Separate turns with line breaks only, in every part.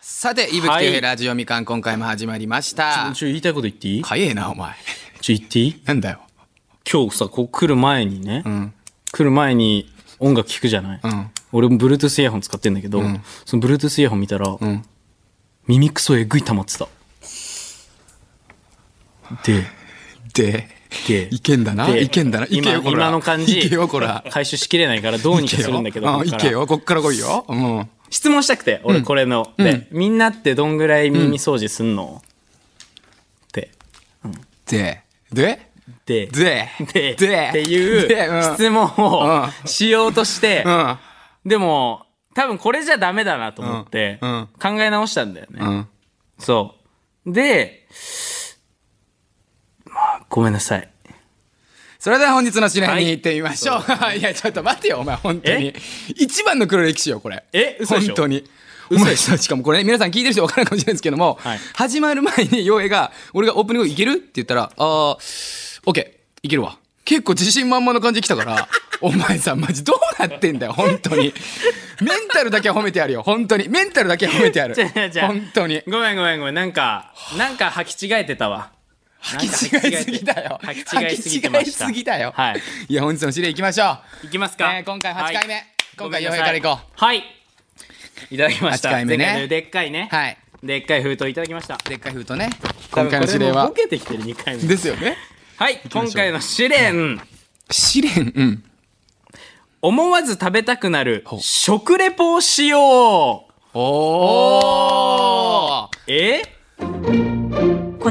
さて、伊吹
はい
京平ラジオみかん、今回も始まりました。
ちょ、言いたいこと言っていい
早えな、お前。
ちょ、言っていい
なんだよ。
今日さ、こう来る前にね、来る前に音楽聴くじゃない、
ん
俺も Bluetooth イヤホン使ってんだけど、その Bluetooth イヤホン見たら、耳くそえぐい溜まってた。で、
で、
で、
いけんだな。
で
いけんだな。いけ
今
よ、こら。
今の感じ
いけよ、こ ら。
回収しきれないからどうにかするんだけど
うん
ここ
い
から
けよ、こっから来いよ。うん。
質問したくて俺これの、でみんなってどんぐらい耳掃除すんの、って
で、で、
で
で、
で
で、
っていう
でうん
質問をしようとして、
うん。
でも多分これじゃダメだなと思って
うんうん
考え直したんだよね、
うん。
そうでまあごめんなさい
それでは本日の試練に行ってみましょう。 い、や、ちょっと待てよ、お前、本当に
え。
一番の黒歴史よ、これ。
え嘘でしょ
本当に。お
嘘
前
でし
さ、しかもこれね、皆さん聞いてる人分からないかもしれないですけども、
はい
始まる前に、洋平が、俺がオープニングいけるって言ったら、あー、オッケー、いけるわ。結構自信満々な感じで来た から、お前さ、マジどうなってんだよ、本当に。メンタルだけは褒めてやるよ、本当に。メンタルだけは褒めてやる。
じゃあじゃあ
本当に。
ごめんごめんごめんなんかなんか履き違えてたわ
履き違えすぎだよ。
履き違えすぎてました
履き違えすぎだよ。
はい。
いや、本日の試練行きましょう。
いきますか、
えー今回8回目、
はい
今回4回からいこ
うはいいただきました
8回目ね
前のでっかいね
うはい
でっかい封筒いただきました
でっかい封筒ね今回の指令
多分
は
これもボケてきてる2回目
ですよね
はい今回の試練
試練うん
思わず食べたくなる食レポをしよう
おお
え
こ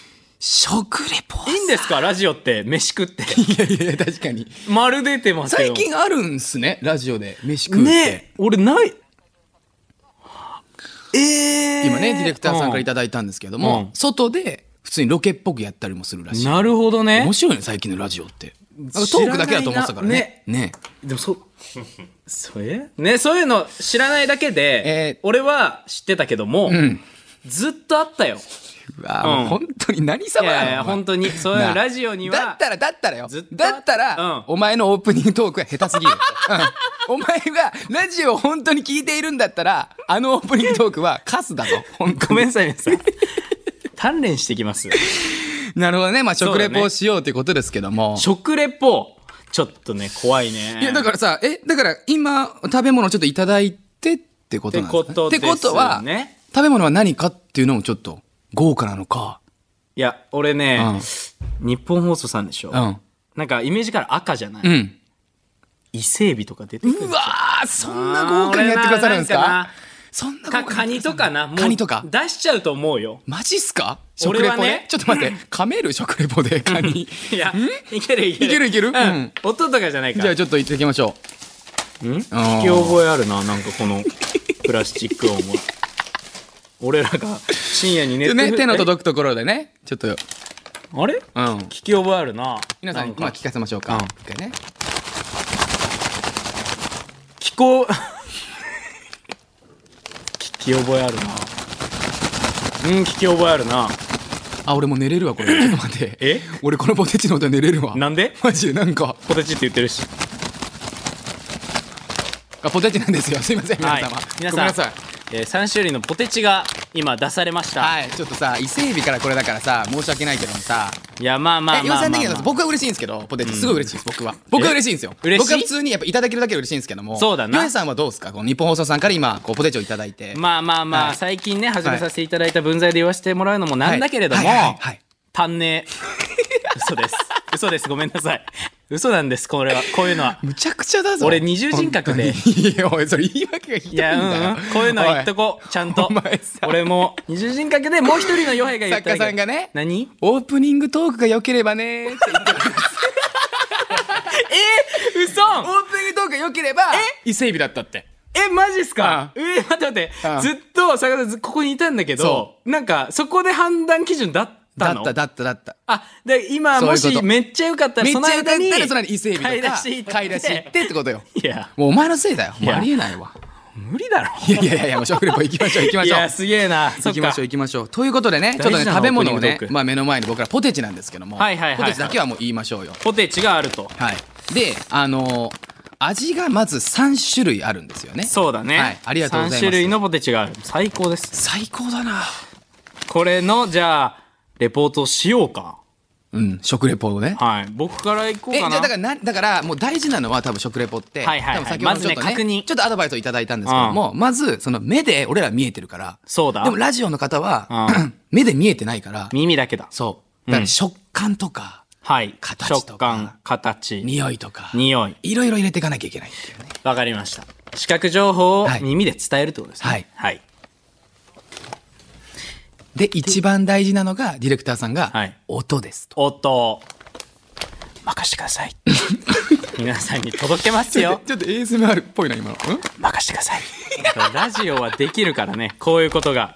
食レポ
いいんですかラジオって飯食って
いやいや確かに
丸出てますよ
最近あるんすねラジオで飯食うって、
ね俺ないえー、
今ねディレクターさんからいただいたんですけども、
うん
外で普通にロケっぽくやったりもするらしい
なるほどね
面白いね最近のラジオってなんかト
知らない
ークだけだと思ってたからねね
でもそ それねそういうの知らないだけで、
えー
俺は知ってたけども、
ん
ずっとあったよ
うわもう本当に何様
い
なの
やい
お
や
前
本当にそういう
な
の
あ
ラジオに
だ
は
ったらだったらよ
ずっと
だったら、
うん
お前のオープニングトークが下手す ぎる、うんお前がラジオを本当に聞いているんだったらあのオープニングトークはカスだぞ本当
ごめん
に
なさい皆さん 鍛錬してきます
なるほどねまあ
そう
食
だね
レポをしようということですけども、
食レポちょっとね怖いね
いやだからさえだから今食べ物ちょっといただいてってことなんですか、
っ
っ
てことですよね
てことは食べ物は何かっていうのもちょっと豪華なのか
いや俺ね、日本放送さんでしょ、
うん
なんかイメージから赤じゃない、
うん
伊勢エビとか出てくる
うわーそんな豪華にやってくださるんですか
あー俺ななんかな
そんな豪華
かカニとかなもう
カニとか
出しちゃうと思うよ
マジっすか食
俺
レ
はね
ポで、ちょっと待って、噛める食レポでカニ。
いや、いけるいけ
い
る。
けるいける
うん。
うん
音とかじゃないか
じゃ
ら。
あちょっと行ってきましょ
ん聞
ー
き覚えあるな、なんかこ のプラスチック音は。俺らが深夜に
う。
寝
ちょ
て
っとね、手の届くところでね、ちょっと、
あれ
うん。
聞き覚えあるな。
皆さん
な
に、
か
まあ聞かせましょうか。
うん
一回ね。
聞こう。 聞き覚えあるな。うん、聞き覚えあるな。
あ、俺もう寝れるわ、 これ。ちょっと待って。
え
俺このポテチの音で寝れるわ。
なんで
マジでなんか、
ポテチって言ってるし。
あポテチなんですよ。すいません、皆様。
はい皆
ごめん
さん
なさい。
えー、3種類のポテチが今出されました。
はい、ちょっとさ、伊勢エビからこれだからさ、申し訳ないけどもさ、
いや、まあまあ
え
ま
予
あまあ
算的
ま
には
あ。
僕は嬉しいんですけど、ポテチすごい嬉しいです、僕は。僕は嬉しいんですよ。
嬉しい
僕は普通にやっぱいただけるだけで嬉しいんですけども。
そうだな
ヨエさんはどうですかこの日本放送さんから今、こうポテチをいただいて。
まあまあまあ、
はい
最近ね、始めさせていただいた分際で言わせてもらうのもなんだけれども、
はいはいはいはい
丹寧。嘘です。嘘です。ごめんなさい。嘘なんです、これは。こういうのは。
むちゃくちゃだぞ。
俺二重人格で
本当に いや、おい、それ言い訳がひどい
い
んだ
や、
よ。
うん、うん。こういうのは言っとこう。ちゃんと
お前さ。
俺も、二重人格でもう一人のヨヘが言っただけ
作家さんがね
何
おい。オープニングトークが良ければ ねーって言ってる
嘘
オープニングトークが良ければ、伊勢エビだったって。
え、マジっすかえ、待って待って
うん。
ずっと、坂田さん、ずここにいたんだけど、なんか、そこで判断基準だったた
だ
の
っただっただった
あ、で、今、
そう
も
いうこと
し、めっちゃ良かったら、
めっち
その
ゃ歌
間
っ
に、
たらそのに伊勢海
買い
老
出
とか
し行って。
買い出し行ってってことよ
いや、
もうお前のせいだよもう
や
ありえないわ
無理だろ。
いやいやいやいやもう食レポ行きましょう行きま
い
しょう
や、すげえな。
行
そっ
きま
か
しょう。行きましょうということでねちょっと
大
ね
事な
食べ物を
オープニン
ね
グトー、ク
まあ、目の前に僕らポテチなんですけども、
はいはいはいはい
ポテチだけはもう言いましょうよ
ポテチがあると。
はいであのー味がまず3種類あるんですよね
そうだね。
はいありがとうございます
3種類のポテチがある。最高です。
最高だな
これの、じゃあ、レポートしようか。
うん食レポをね
はい。僕から行こう
えじ
か
ゃあ
な。
だからなだからもう大事なのは多分食レポって、
はいはいは
多
い
分先ほどちょっと、ね
まずね確認
ちょっとアドバイスをいただいたんですけども、まずその目で俺ら見えてるから
そうだ
でもラジオの方は、
う
目で見えてないから
耳だけだ。
そうだか
うん
ら食感とか、
はい。
形とか
食感、形、
匂いとか
匂い。
いろいろ入れていかなきゃいけないっていうね
わかりました。視覚情報を
はい
耳で伝えるってことですね。
はい
はい。
で一番大事なのがディレクターさんが
はい
音ですと、
音、任してくださ い。皆さんに届けますよ。
ちょっと ASMR っぽいな今の
任してく ださい。ラジオはできるからね、こういうことが。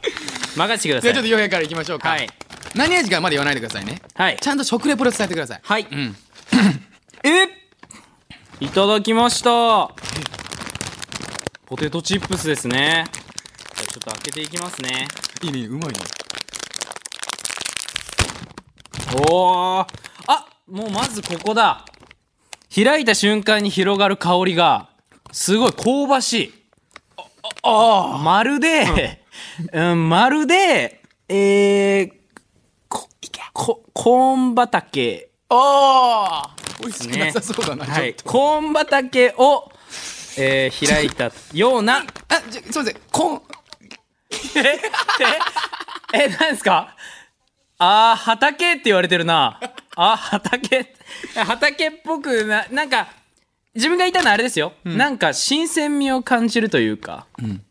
任してくだ
じ
さ
ゃ
い。
あちょっと洋平からいきましょうか、
はい
何味かまで言わないでくださいね、
はい
ちゃんと食レポで伝えてください
はい。 えいただきました。ポテトチップスですね。じゃあちょっと開けていきますね。
いいねうまいね
おー。あもうまずここだ。開いた瞬間に広がる香りが、すごい香ばしい。ああまるで、 うん、まるで、えー、こ、こ、コーン畑。
ああ美味しく
ね
なさそうだな、
はい
ちょっ。
コーン畑を、えー、開いたような、
とあじゃすいませんコーン
え、え、何ですかあー、畑って言われてるな。あー、畑。畑っぽくな、なんか、自分が言いたいのはあれですよ。なんか、新鮮味を感じるというか、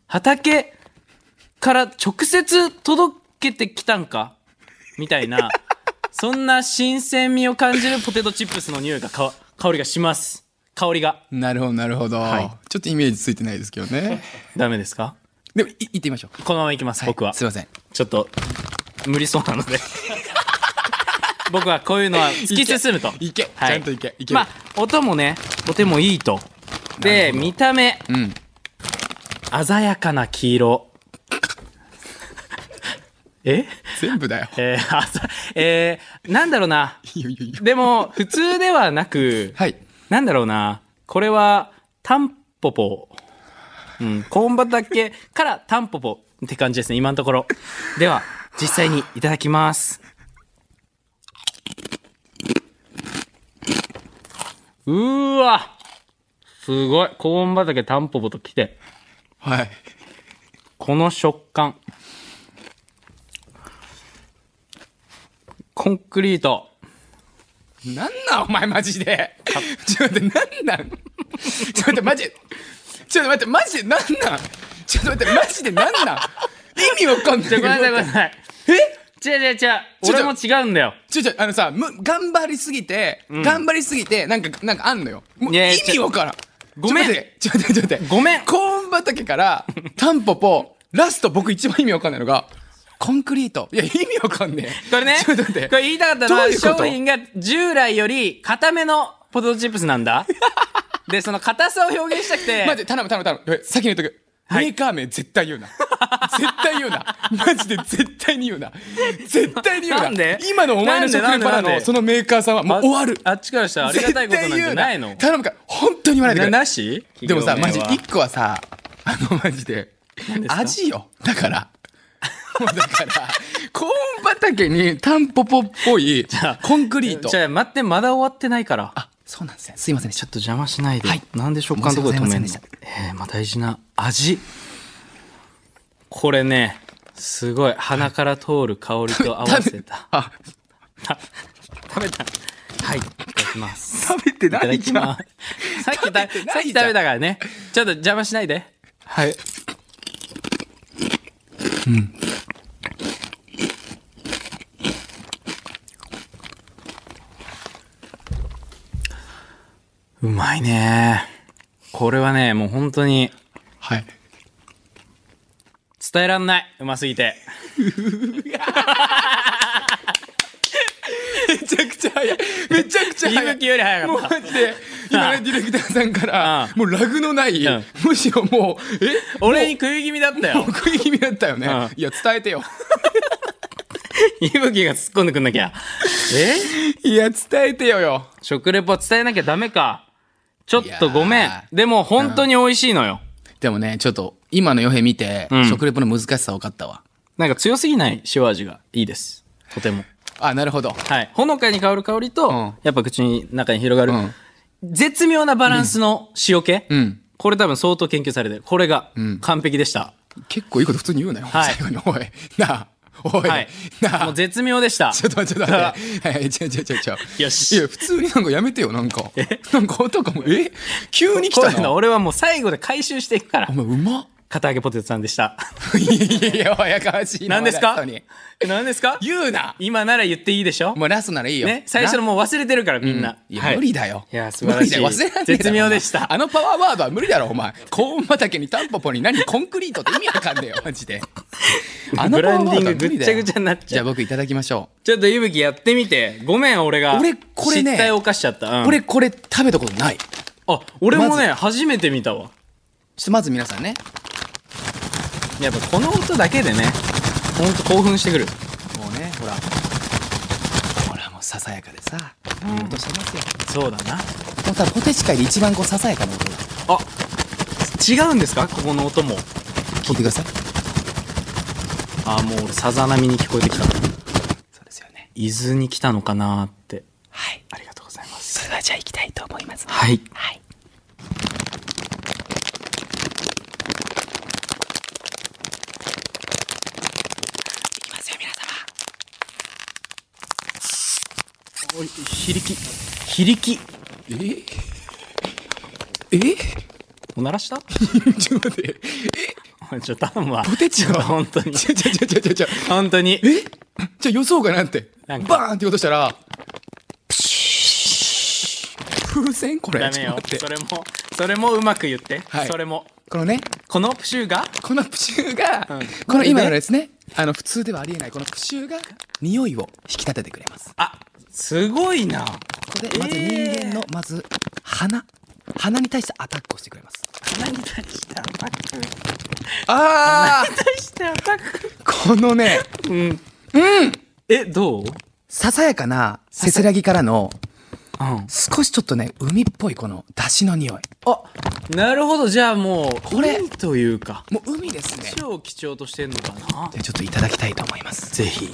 畑から直接届けてきたんかみたいな、そんな新鮮味を感じるポテトチップスの匂いがか、香りがします。香りが。
なるほどなるほど、
い
ちょっとイメージついてないですけどね
ダメですか
でもい行ってみましょう
このままいきます、僕は。
すいません
ちょっと、無理そうなので。 僕はこういうのは突き進むと。
いけいけ
はい
ちゃんといけいける
まあ、音もね、とてもいいと。で、見た目、
うん
鮮やかな黄色。 え
全部だよ
えー、あざえー、なんだろうな。
いいよいいよいいよ
でも、普通ではなく、
はい
なんだろうな。これは、タンポポ。うん、コーン畑からタンポポって感じですね、今のところ。では、実際にいただきます。うーわすごい。コーン畑タンポポと来て、
はい
この食感。コンクリート。
なんなんお前マジでちょっと待ってなんなんちょっと待ってマジちょっと待ってマジでなんなんちょっと待ってマジでなんなん意味わかんない
ちょ、ごめんなさい、ごめんなさい。
え
違う違う違う。
ちょ
俺も違うんだよ。
ちょちょあのさむ頑張りすぎて、頑張りすぎてなんかなんかあんのよもう
いやいや
意味わからん
ごめん
ちょっと待ってちょっと待ってちょっと待って
ごめん
コーン畑からタンポポラスト僕一番意味わかんないのがコンクリートいや意味わかんねえ
これね、
ちょっと待って
これ言いたかったのは、
どういうこと
商品が従来より硬めのポテトチップスなん だ。で、その硬さを表現したくて、
マジで頼む頼む頼むごめん先に言っとく、
はい
メーカー名絶対言うな絶対言う なマジで絶対に言うな絶対に言うな
なんで
今のお前の食レポ
な
なん
でなんでなん
の
で
そのメーカーさんはもう終わる
あっちからしたらありがたいことなんじゃないの
絶対言う頼むから本当に言わないでく
な
れ
なし
でもさ、マジ、
企業名は
一個はさ、あの、マジで
で、すか
味よ。だから。もうだから、コーン畑にタンポポっぽい
ゃあ
コンクリート
じ。ゃあ待って、まだ終わってないから。
あ、そうなんですね。すいませんでし
ちょ
た
っ。と邪魔しないで。
はい
なんで食感のとこで止めん
申
の
し訳
えー、まあ大事な味。これね、すごい鼻から通る香りと合わせた。
あ、
食べた。はい、いただきます。
食べて
いた
な
だ
い
き
じゃ
ま
ん。
す。さっき食べ
食べて
さ
ない
っき
じゃん
食べたからね。ちょっと邪魔しないで。はい。うん。うまいね。これはね、もう本当に
はい。
伝えらんない。うますぎて。
ちゃくちゃ早い。めちゃくちゃ
い
早
ぶ
い。
きより早
もう
かっ
マジで、今ね、ディレクターさんから
ああ、
もうラグのない
うん、
むしろもう、え
た 俺に食い気味だったよ
僕意味だったよね
ああ。
いや、伝えてよ。
いぶきが突っ込んでくんなきゃえ
いや、伝えてよよ。
食レポ伝えなきゃダメかちょっとごめ
い
ん
や
でも本当に美味しいのよ、
でもね、ちょっと、今のヨヘ見て
うん、
食レポの難しさ分かったわ。
なんか強すぎない塩味がいいですとても
あ、なるほど。
はいほのかに香る香りと、
ん
やっぱ口に中に広がる、
うん
絶妙なバランスの塩気、
うん
これ多分相当研究されてるこれが完璧でした、
結構いいこと普通に言うなよ。
はい
最後に、おい、なあ、おい
はい、
な
も
あ
う。絶妙で した
ちょっと待って、ちょっと待って。はい、ちょちょちょちょ。
よし
いや、普通になんかやめてよ、なんか。なんかあったかも。え急に来
こう
た
いうの
な。
俺はもう最後で回収していくから
お前、うまっ。
片揚げポテトさんでした
いやいや、おやかましいな。
何ですか
本当に
何ですか
言うな。
今なら言っていいでしょ
もうラストならいいよ。
ね最初の
な。
もう忘れてるからみんな、
いや、
はい
無理だよ。
いや素晴らしい
無理だよ忘れらんねえだろ
絶妙でした
お前あのパワーワードは無理だろ、お前。コーン畑にタンポポに何、コンクリートって意味わかんねえよ、マジで。あの
ブ
パワ
ラ
ー
ン
ワ
デ
ードは
ィ
無
ングぐ
理
っ
だ
ちゃ
よ
ぐちゃになっ
じ
ち
ゃ
ゃ
あ
う
僕いただきましょ
ちょっとゆぶきやってみてごめん俺が
俺これね
失態を犯しちゃった、う
う。
ん
俺、これ食べたことない。ちょ
あ俺もね
ま
初めて見たわ
っとまず皆さんね。
やっぱこの音だけでねほんと興奮してくる
もうね、ほら。ほら、もうささやかでさ、いい音してますよ。
そうだな
もう多分ポテチ界で一番こうささやかな音だ。
あ違うんですかここの音も
聞いてください。
あもう俺さざ波に聞こえてきた
そうですよね。
伊豆に来たのかなーって
はい。
ありがとうございます
それはじゃあ行きたいと思います。
はい
はい。いきますよ、皆様。
おい響き響き
ええ
おならした
ちょっと待って。
おいちょ頼むわ
ポテチは
本当に
ちょちょちょちょちょちょ。
本当に
えじゃあ予想外なんて。
な
バ
んか
ーンって落としたら、プシュー風船これ。
ダメよ
ちょっと
そ
待って
れもそれもうまく言って、
はい
それも
このね、
このプシューが
このプシューが、
うん
この今のですね、あの、普通ではありえない、このプシューが、匂いを引き立ててくれます。
あすごいな
ここで、まず人間の、まず、鼻。鼻に対してアタックをしてくれます。
鼻に対してアタック
ああ
対してアタック
このね、
うんうんえどううん
ささやかな、せせらぎからの、
あ
少しちょっとね、海っぽいこの、出汁の匂い。
なるほどじゃあもう
これ
海というか
もう海ですね。
超貴重としてんのかな
じゃあちょっといただきたいと思います。
ぜひ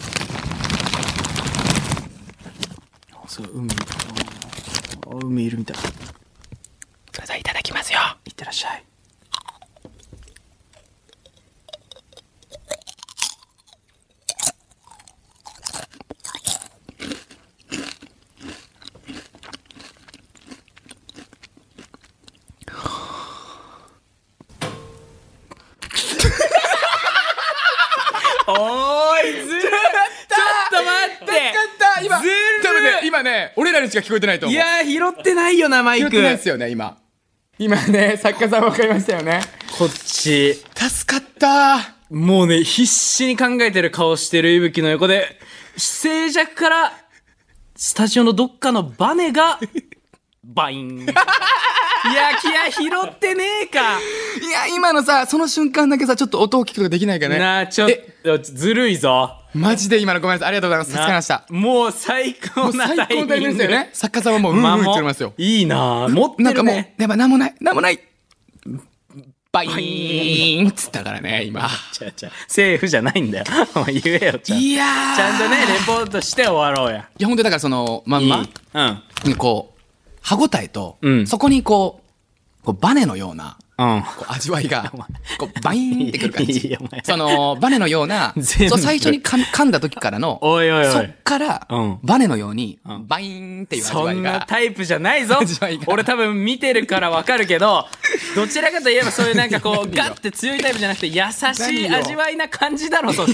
あすごい海あ海いるみたい
それではいただきますよ。
いってらっしゃい おーいずるちょっと待って
った今
ずるい
多分ね、今ね、俺らにしか聞こえてないと思。
いうやー拾ってないよなマイ
聞こえ
ク
てないですよね、今。今ね、作家さん分かりましたよね。
こっち
助かった
もうね、必死に考えてる顔してるいぶきの横で、静寂から、スタジオのどっかのバネが、 バイ ン。いや、気合拾ってねえか。
いや、今のさ、その瞬間だけさ、ちょっと音を聞くことできないかね。
なあ、ちょっ
え
と、ずるいぞ。
マジで今のごめんなさい。ありがとうございます。助かりました
な。もう最高な
最
タ
高
イミン
のタイミン
グ
グですよね。作家さんはもう、うんうん
間
言
も
ってますよ。
いいなあ持ってるね。
なんかもう、やっぱなんもない、なんもない。バイーンっつったからね、今。
ちゃちゃ、セーフじゃないんだよ。 お前言えよ、ちゃんと。
いやー。
ちゃんとね、レポートして終わろう
い
や。
や、本当にだからその、まんま、
うん。
にこう、歯応えと、
うん
そこにこう、こうバネのような、
うん。
こう味わいが、こう、バイーンってくる感
いい
じ
よお前。
その、バネのような、
全部
そう最初に噛み噛んだ時からの、
おいおいおい
そっから、
うん
バネのように
ん、
バイーンっていう味
そ
わい
んな
が。
タイプじゃないぞ
味わいが
俺多分見てるからわかる けどどちらかといえばそういうなんかこうガッて強いタイプじゃなくて優しい味わいな感じだろそっち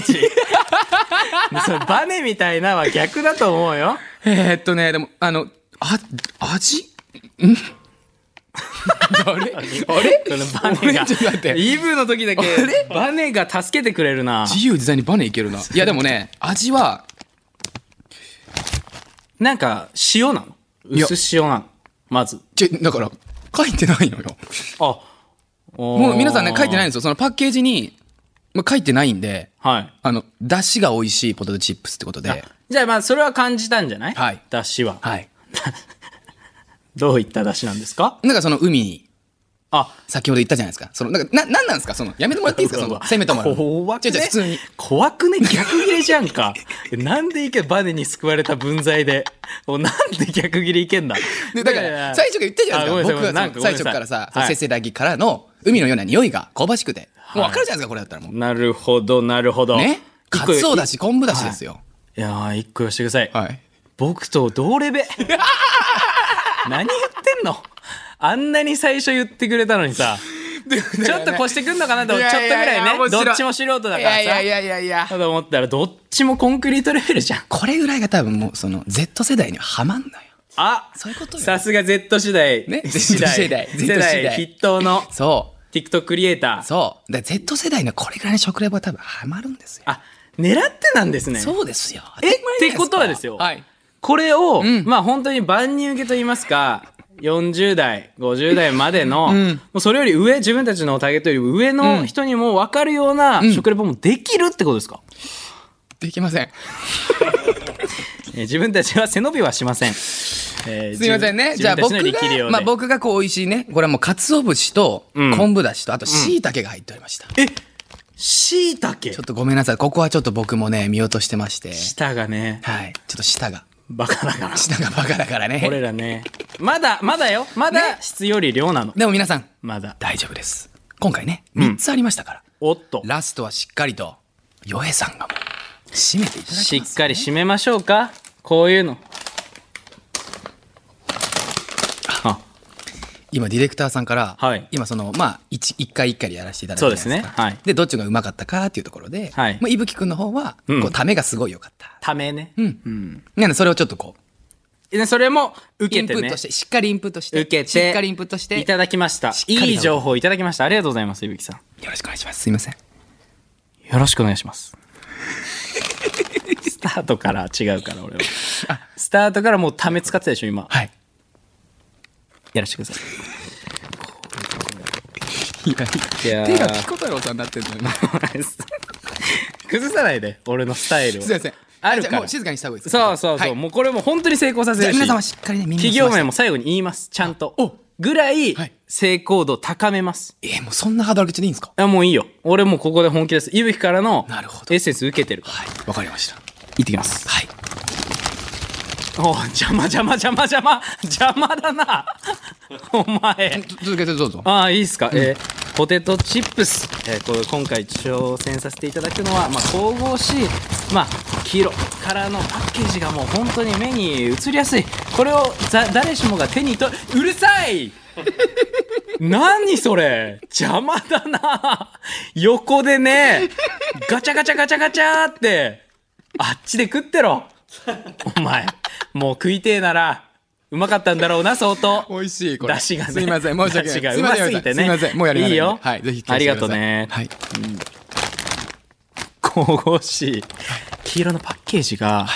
それバネみたいなは逆だと思うよ
えーっとね、でも、あの、あ、味 んあれあれ
そのバネが
俺ちょっと待って
イブの時だけバネが助けてくれるな
自由自在にバネいけるな。いやでもね、味は、
なんか、塩なの
や
薄塩なのまず。
ちょだから、書いてないのよ。
あ、
も
も
う皆さんね、書いてないん
い
ですよ。そのパッケージに、まあ、書いてないんで、
はい。
あの、出汁が美味しいポテトチップスってことで、
じゃあまあ、それは感じたんじゃない
はい
だしは。
はい。
どういっただしなんですか
なんかその海、
あ、
先ほど言ったじゃないですか。その、なんか、な、なんなんですかその、やめてもらっていいですかそ の、せめてもらうの。
怖く
違う違
ね
う普通に。
怖くね逆切れじゃんか なんでいけバネに救われた分際でおなんで逆切れいけんだ
でだから、最初から言ったじゃないですか。僕
は
はその最初からさ、せせらぎからの海のような匂いが香ばしくて。もう分かるじゃないですか、これだったらもう。
なるほどなるほど
ね。
一
か
個
つおだし、昆布だしですよ。
いやー一個言わしてください、
はい。
僕と同 レベ何言ってんのあんなに最初言ってくれたのにさちょっと越してくんのかなとちょっとぐ
いやいや
らい
面
ね
白い
どっちも素人だからさ
いやいやいやいや。
ただ思ったらどっちもコンクリートレベルじゃん
これぐらいが多分もう、その、Z 世代にはハマんのよ。
あ
そういうことよ
さすが Z 世代。
ね
Z 世
Z 世代
代。
Z
世
世代
代筆頭の
そ
TikTok クリエイタ
う。
ー。
そう。だから Z 世代のこれぐらいの食レポは多分ハマるんですよ。
あ、狙ってなんですね。
そうですよ。
え
当たり前じゃないか
ってことはですよ
はい。
これを、まあ本当に万人受けと言いますか、40代、50代までの、もうそれより上、自分たちのターゲットより上の人にも分かるような食レポもできるってことですか、
できません。
えー自分たちは背伸びはしません。えー
すいませんね。
自
じゃあ
分
僕
自分たちの力量
が、
で
まあ僕がこう美味しいね。これはもう鰹節と
うん
昆布だしと、あと椎茸が入っておりました。
え、しいたけ
ちょっとごめんなさい。ここはちょっと僕もね、見落としてまして。
舌がね、
はい。ちょっと舌が。
バカだから。
舌がバカだから
俺
ね。
らねまだまだよまだ質より量なの、
でも皆さん、
まだ
大丈夫です。今回ね、
ん
3つありましたから。
おっと
ラストはしっかりと、ヨエさんがもう、締めていただきます。
しっかり締めましょうかこういうのあ
今ディレクターさんから、
はい
今そのまあ一一回一回でやらせていただいて
そうですね
じゃなか
はい
でどっちがうまかったかっていうところで、
はい
まあ、いぶきくんの方は、
うん
こうためがすごい良かった
ためね
うん、なんでそれをちょっとこう
でそれも
イ
受け
ンプ
て
ッ
ね
トしてしっかりインプットして
受けて
しっかりインプットして
いた
よ
だきました
しっかりだ
いい情報いただきましたありがとうございますいぶきさん
ろしくお願いしますすいません
よろしくお願いします スタートから違うから俺はスタートからもうため使ってたでしょ今
はい
やらせてくださ
いや
いや ー
手がピコ太郎さんになってるのよ
い 崩さないで俺のスタイルを
すいません
ある
じ
か
ゃも
ら
う静かにした方がいいです
そうそうそう、
はい
もうこれも本当に成功させ
じゃ
る
あ
し
皆さんはしっかりね耳を
企
澄
業
まして
名も最後に言いますちゃんと
お
ぐらい
はい
成功度高めます、
えーもうそんな働き口でいいんですか
あもういいよ俺もうここで本気ですいぶきからの
なるほど
エッセンス受けてるから
はいわかりました
行ってきます
はい
お邪魔邪魔邪魔邪魔邪魔だなお前
つ続けてどうぞ
ああいいっすか、えーポテトチップス、えーこれ今回挑戦させていただくのは、まあ、神々しい、まあ、黄色からのパッケージがもう本当に目に映りやすいこれをざ誰しもが手に取るうるさい 何それ邪魔だな横でねガチャガチャガチャガチャってあっちで食ってろお前もう食いてえならうまかったんだろうな相当
美味しいこれ
出汁がね
すいません申し訳ない
出汁がうますぎてね
すいませんもうやりません
いいよ
はいぜひ聞かせてください
ありがとうね
はい
神々しい黄色のパッケージが、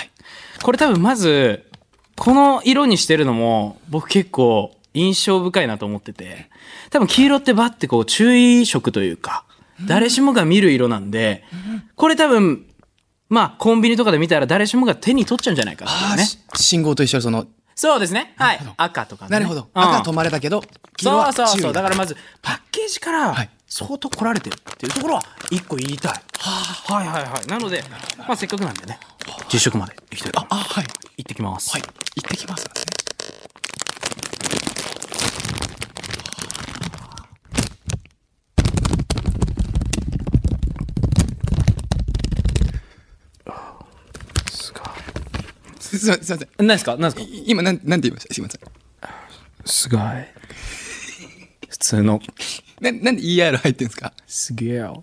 これ多分まずこの色にしてるのも僕結構印象深いなと思ってて多分黄色ってバッてこう注意色というか誰しもが見る色なんでこれ多分まあコンビニとかで見たら誰しもが手に取っちゃうんじゃないかってい
あ
う
あ、
ね
し信号と一緒でその、
そうですねはい赤とかね
なるほど。
うん
赤は止まれたけど、黄色
そう
は
そう
注意
そうだからまずパッケージから
はい
相当来られてるっていうところは一個言いたい、はいはいはいなので、まあ、せっかくなんでね実食まで行きたい
あ、はい。
行ってきます、
はい。行ってきます、ね。すすいません、すいません。
何ですか何ですか
い今、なん、なんて言いましたすいません。
すごい普通の
な、なんで ER 入ってんですか
すげえよ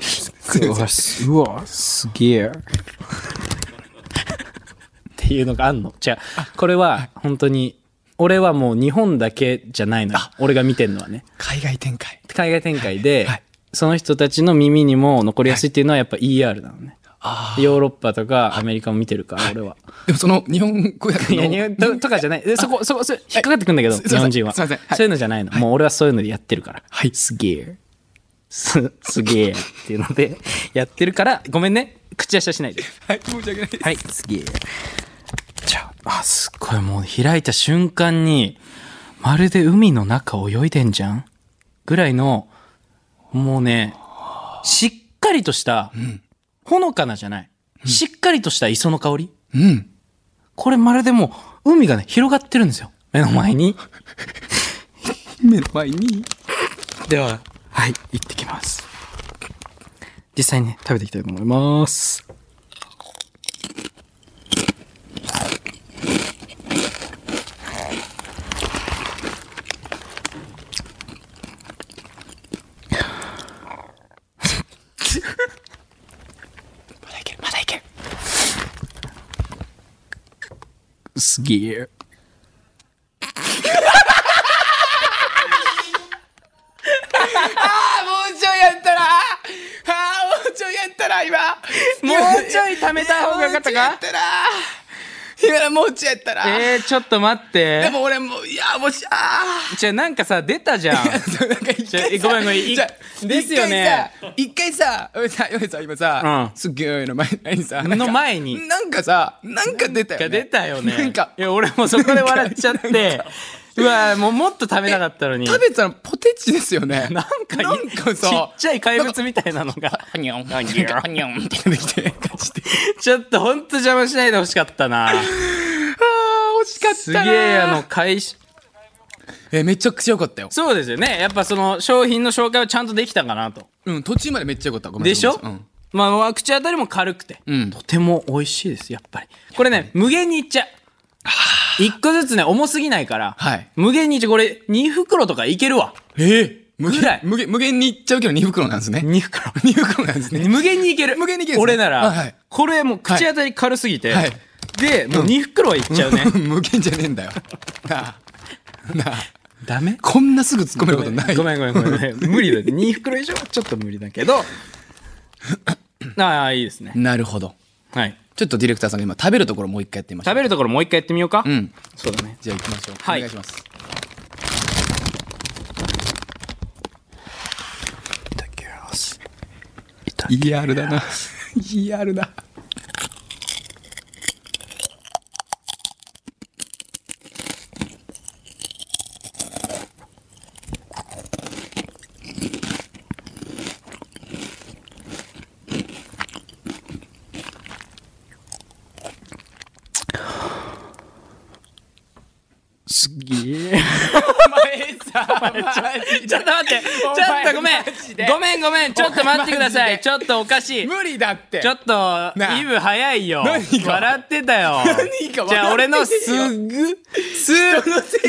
すいません。
うわすげえっていうのがあんのじゃあこれは本当に俺はもう日本だけじゃないのよ俺が見てるのはね
海外展開。
海外展開で、
はい
その人たちの耳にも残りやすいっていうのはやっぱ ER なのね。ヨーロッパとかアメリカも見てるから、俺 は。
でもその日本語訳
いや、
の
日本ととかじゃない。でそこ、そこ、それ引っかかってくんだけど、
す
日本人は。
すいま
そ
せ
う
んはい
いうのじゃないの。もう俺はそういうのでやってるから。
はい
すげえ。す、すげえ。っていうので、やってるから、ごめんね。口出しはしないで。
はい申し訳ないです
はい、すげえ。じゃあ、あ、すっごいもう開いた瞬間に、まるで海の中泳いでんじゃんぐらいの、もうね、しっかりとした、ほのかなじゃない。しっかりとした磯の香り。
うん
これまるでもう、海がね、広がってるんですよ。目の前に。
目の前に
では、はい、行ってきます。実際にね食べていきたいと思います。
まだいけるまだいける
すげえ。
あもうちょいやったらあーもうちょいやったら今
もうちょい貯めた方がよかった
も
か
うちょいやったら今もうちょいやったら、
えー、ちょっと待って。
でも俺もういやーもしあ
じゃあなんかさ、出た じゃん。
ーなんか一回
ちょ
さ
ごめんごめんい
じゃあ
ですよね
一回さ一回さヨネさん今さ、
うん
すっげえの前にさ
の前に
なんかさなんか出たよ
が
ね
出たよね。
なんか
いや、俺もそこで笑っちゃって。うわもうもっと食べなかったのに。
食べてたのポテチですよね
なんかい、
なんかさ
ちっちゃい怪物みたいなのが。
はにょんはにょんはにょんって出てきて感じて
ちょっとほんと邪魔しないでほしかったな。
あー惜しかった
すげえ、あの、開始。
えめちゃくちゃ良かったよ
そうですよね。やっぱその商品の紹介はちゃんとできたかなと。
うん途中までめっちゃ良かったごめん
でしょ、
ごめんなさい
まあ、口当たりも軽くて、
ん
とても美味しいです、やっぱり。これね、無限にいっちゃう。一個ずつね、重すぎないから、
はい
無限にいっちゃう。これ、2袋とかいけるわ。
うんえー無
ぐらい
限無限無限にいっちゃうけど2袋なんですね
2袋。
2袋なんですね
無限にいける。
無限にいけるんですね
俺なら、
あはい
これもう口当たり軽すぎて、
はい
で、もう2袋はいっちゃうね。
無限じゃねえん だよなあなあ
ダメ
こんなすぐ突っ込めることない
ごめんごめんごめんごめん。無理だ。2袋以上はちょっと無理 だけど、ああ、いいですね。
なるほど
はい。
ちょっとディレクターさんが今食べるところもう一回やってみましょ
食
う
べるところもう一回やってみようか。
うん
そうだね。
じゃあ行きましょうお
はい
願いします
いただきます。
ER だな ER だ
すげえ。お前さ、ちょっと待って、ちょっとごめん、ごめんごめん、ちょっと待ってください、ちょっとおかしい。
無理だって
ちょっと、
なあ
イブ早いよ。
何が
笑ってたよ。
何が
じゃあ俺の
笑
す
ってね
ぐ、す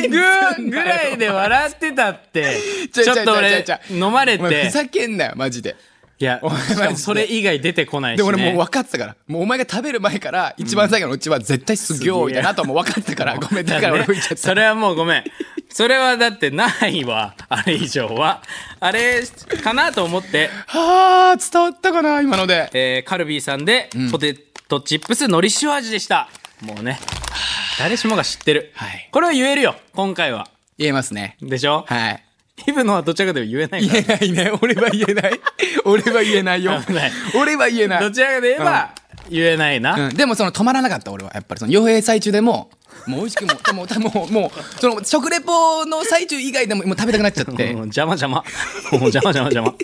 ぐぐらいで笑ってたって。
ちょ
ちょっと俺
ちょちょ、ちょ
飲まれ
お前ふ
て。
ざけんなよマジで
いや
お、前
し
マ
かも
ジで
それ以外出てこないし。
で俺もう
ね
分かってたからもうお前が食べる前から一番最後のうちは絶対すげえみたいなとはもう分かってたからごめんだから俺吹いちゃっ
そ
た
れはもうごめん。それはだってないわ。あれ以上は。あれ、かなと思って、
はあ伝わったかな今ので
えーカルビーさんで、ポテトチップスのり塩味でした。もうね、誰しもが知ってる。
はい
これは言えるよ、今回は。
言えますね
でしょ、
はい
イブのはどちらかというと言えないか
言えないね 俺は言え ない俺は言えないよ
危ない
俺は言えな
ら。
い
どちらかといえば、言えないな。
うん、でもその止まらなかった俺はやっぱりその傭兵最中で ももう美味しくもうもうもうもうその食レポの最中以外でももう食べたくなっちゃっ
もう
て
邪魔邪魔。も う邪魔邪魔邪魔。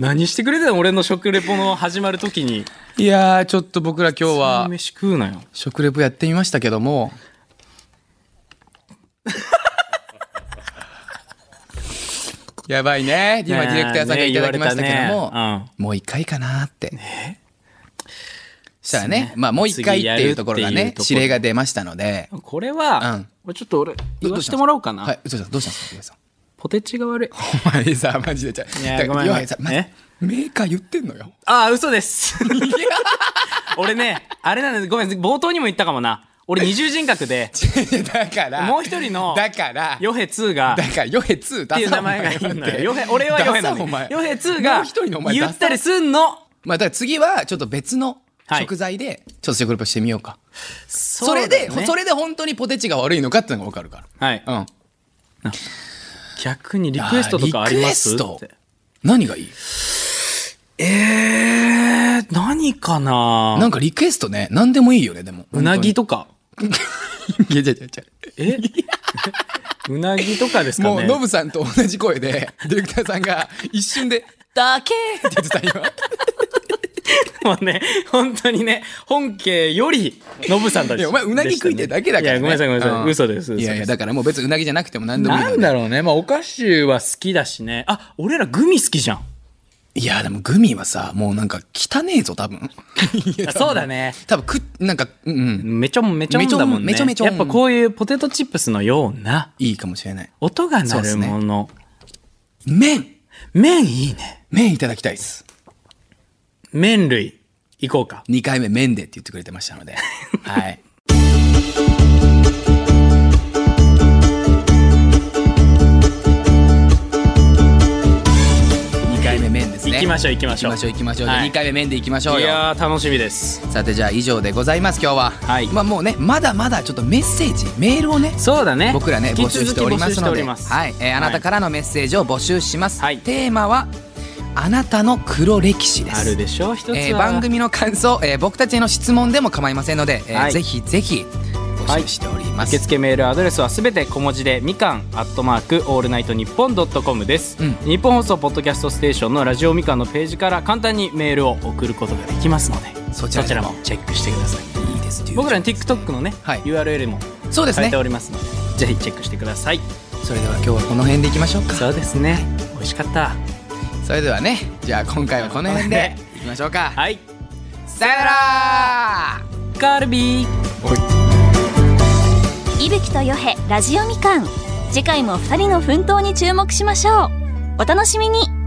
何してくれてたの俺の食レポの始まる時に。
いやーちょっと僕ら今日は
飯食うなよ。
食レポやってみましたけど もやばいね今
ね
デ
え
ィレクターさんがいただきましたけども、
ね言われたね
もう一回かなって、したらねまあもう一回っていうところが
次やるっ
ね
ていうところ
指令が出ましたので
これは、
うん
これちょっと俺、言わ
し
せ
たんですか
てもらおうかな。
はい、どうしたんですか皆さん
ポテチが悪い。
お前さ、マジでちゃう。
いや
だから
ごめん
ヨハネさま
え
メーカー言ってんのよ。
ああ、嘘です。 俺ね、あれなんで、ごめん、冒頭にも言ったかもな。俺二重人 格で、
だから、
もう一人の
だから、
ヨヘ2が、
だから、ヨヘ2
って
出
いう
さ
名前がいい
お
の
前
よ。ヨヘ、俺はヨヘな
出さお
の
前
よ。ヨヘ2が
もう一人のお、前出
言
さ
ったりすんの。
まあ、だから次は、ちょっと別の、
はい
食材でちょっと食レポしてみようかそ
そ
れで
うだね
それで本当にポテチが悪いのかってのが分かるか
はい、
らうん
逆にリクエストとかあり
あーリク
ます
エス
っ
ト
て
何がいい
えー、何かな
なんかリクエストね何でもいいよねでも
うなぎとか
本当にいやいやいやいや
え うなぎとかですか
もう
ね
ノブさんと同じ声でディレクターさんが一瞬で「だけ!」って言ってた今
もうね本当にね本家よりノブさんたち
いやお前うなぎ食いてるだけだから、ね、
いやごめんなさいごめんなさい、
うん
嘘です嘘です
いやいやだからもう別にうなぎじゃなくても何でもいいの
な
で
んだろうねまあお菓子は好きだしねあ俺らグミ好きじゃん
いやでもグミはさもうなんか汚ねえぞ多分いや
あそうだね
多分くなんかうん、うん、
めちょめちょんだもんね
めちょめちょん
やっぱこういうポテトチップスのようない
いかもしれない
音が鳴るもの、
麺
麺いいね
麺いただきたいです
麺類いこうか
2回目麺でって言ってくれてました のではい2回目麺ですね
行きましょう行きましょう
行きましょう行きましょう、
はい
2回目麺でいきましょう
い
よ
やー楽しみです
さてじゃあ以上でございます今日は、
はい
まあもうねまだまだちょっとメッセージメールをね
そうだね
僕らね
引
募
き
集し
続
て
き
おりますの
募集してお
で
ります
はいえーあなたからのメッセージを募集します、
はい
テーマは「あなたの黒歴史」です
あるでしょう一つは、
えー番組の感想、えー僕たちへの質問でも構いませんので、えー
はい
ぜひぜひ募集しております、
受付メールアドレスはすべて小文字でみかんアットマークオールナイトニッポンドットコムです、
うん
日本放送ポッドキャストステーションのラジオみかんのページから簡単にメールを送ることができますので
そちらにも
もチェックしてください
いいです
僕らの TikTok のね、
はい
URL も
そうです
書い
ね
ておりますのでぜひチェックしてください
それでは今日はこの辺でいきましょうか
そうですね美味しかった
それではねじゃあ今回はこの辺でいきましょうか、
はい
さよなら
カルビー
伊吹とよへラジオみかん次回も2人の奮闘に注目しましょうお楽しみに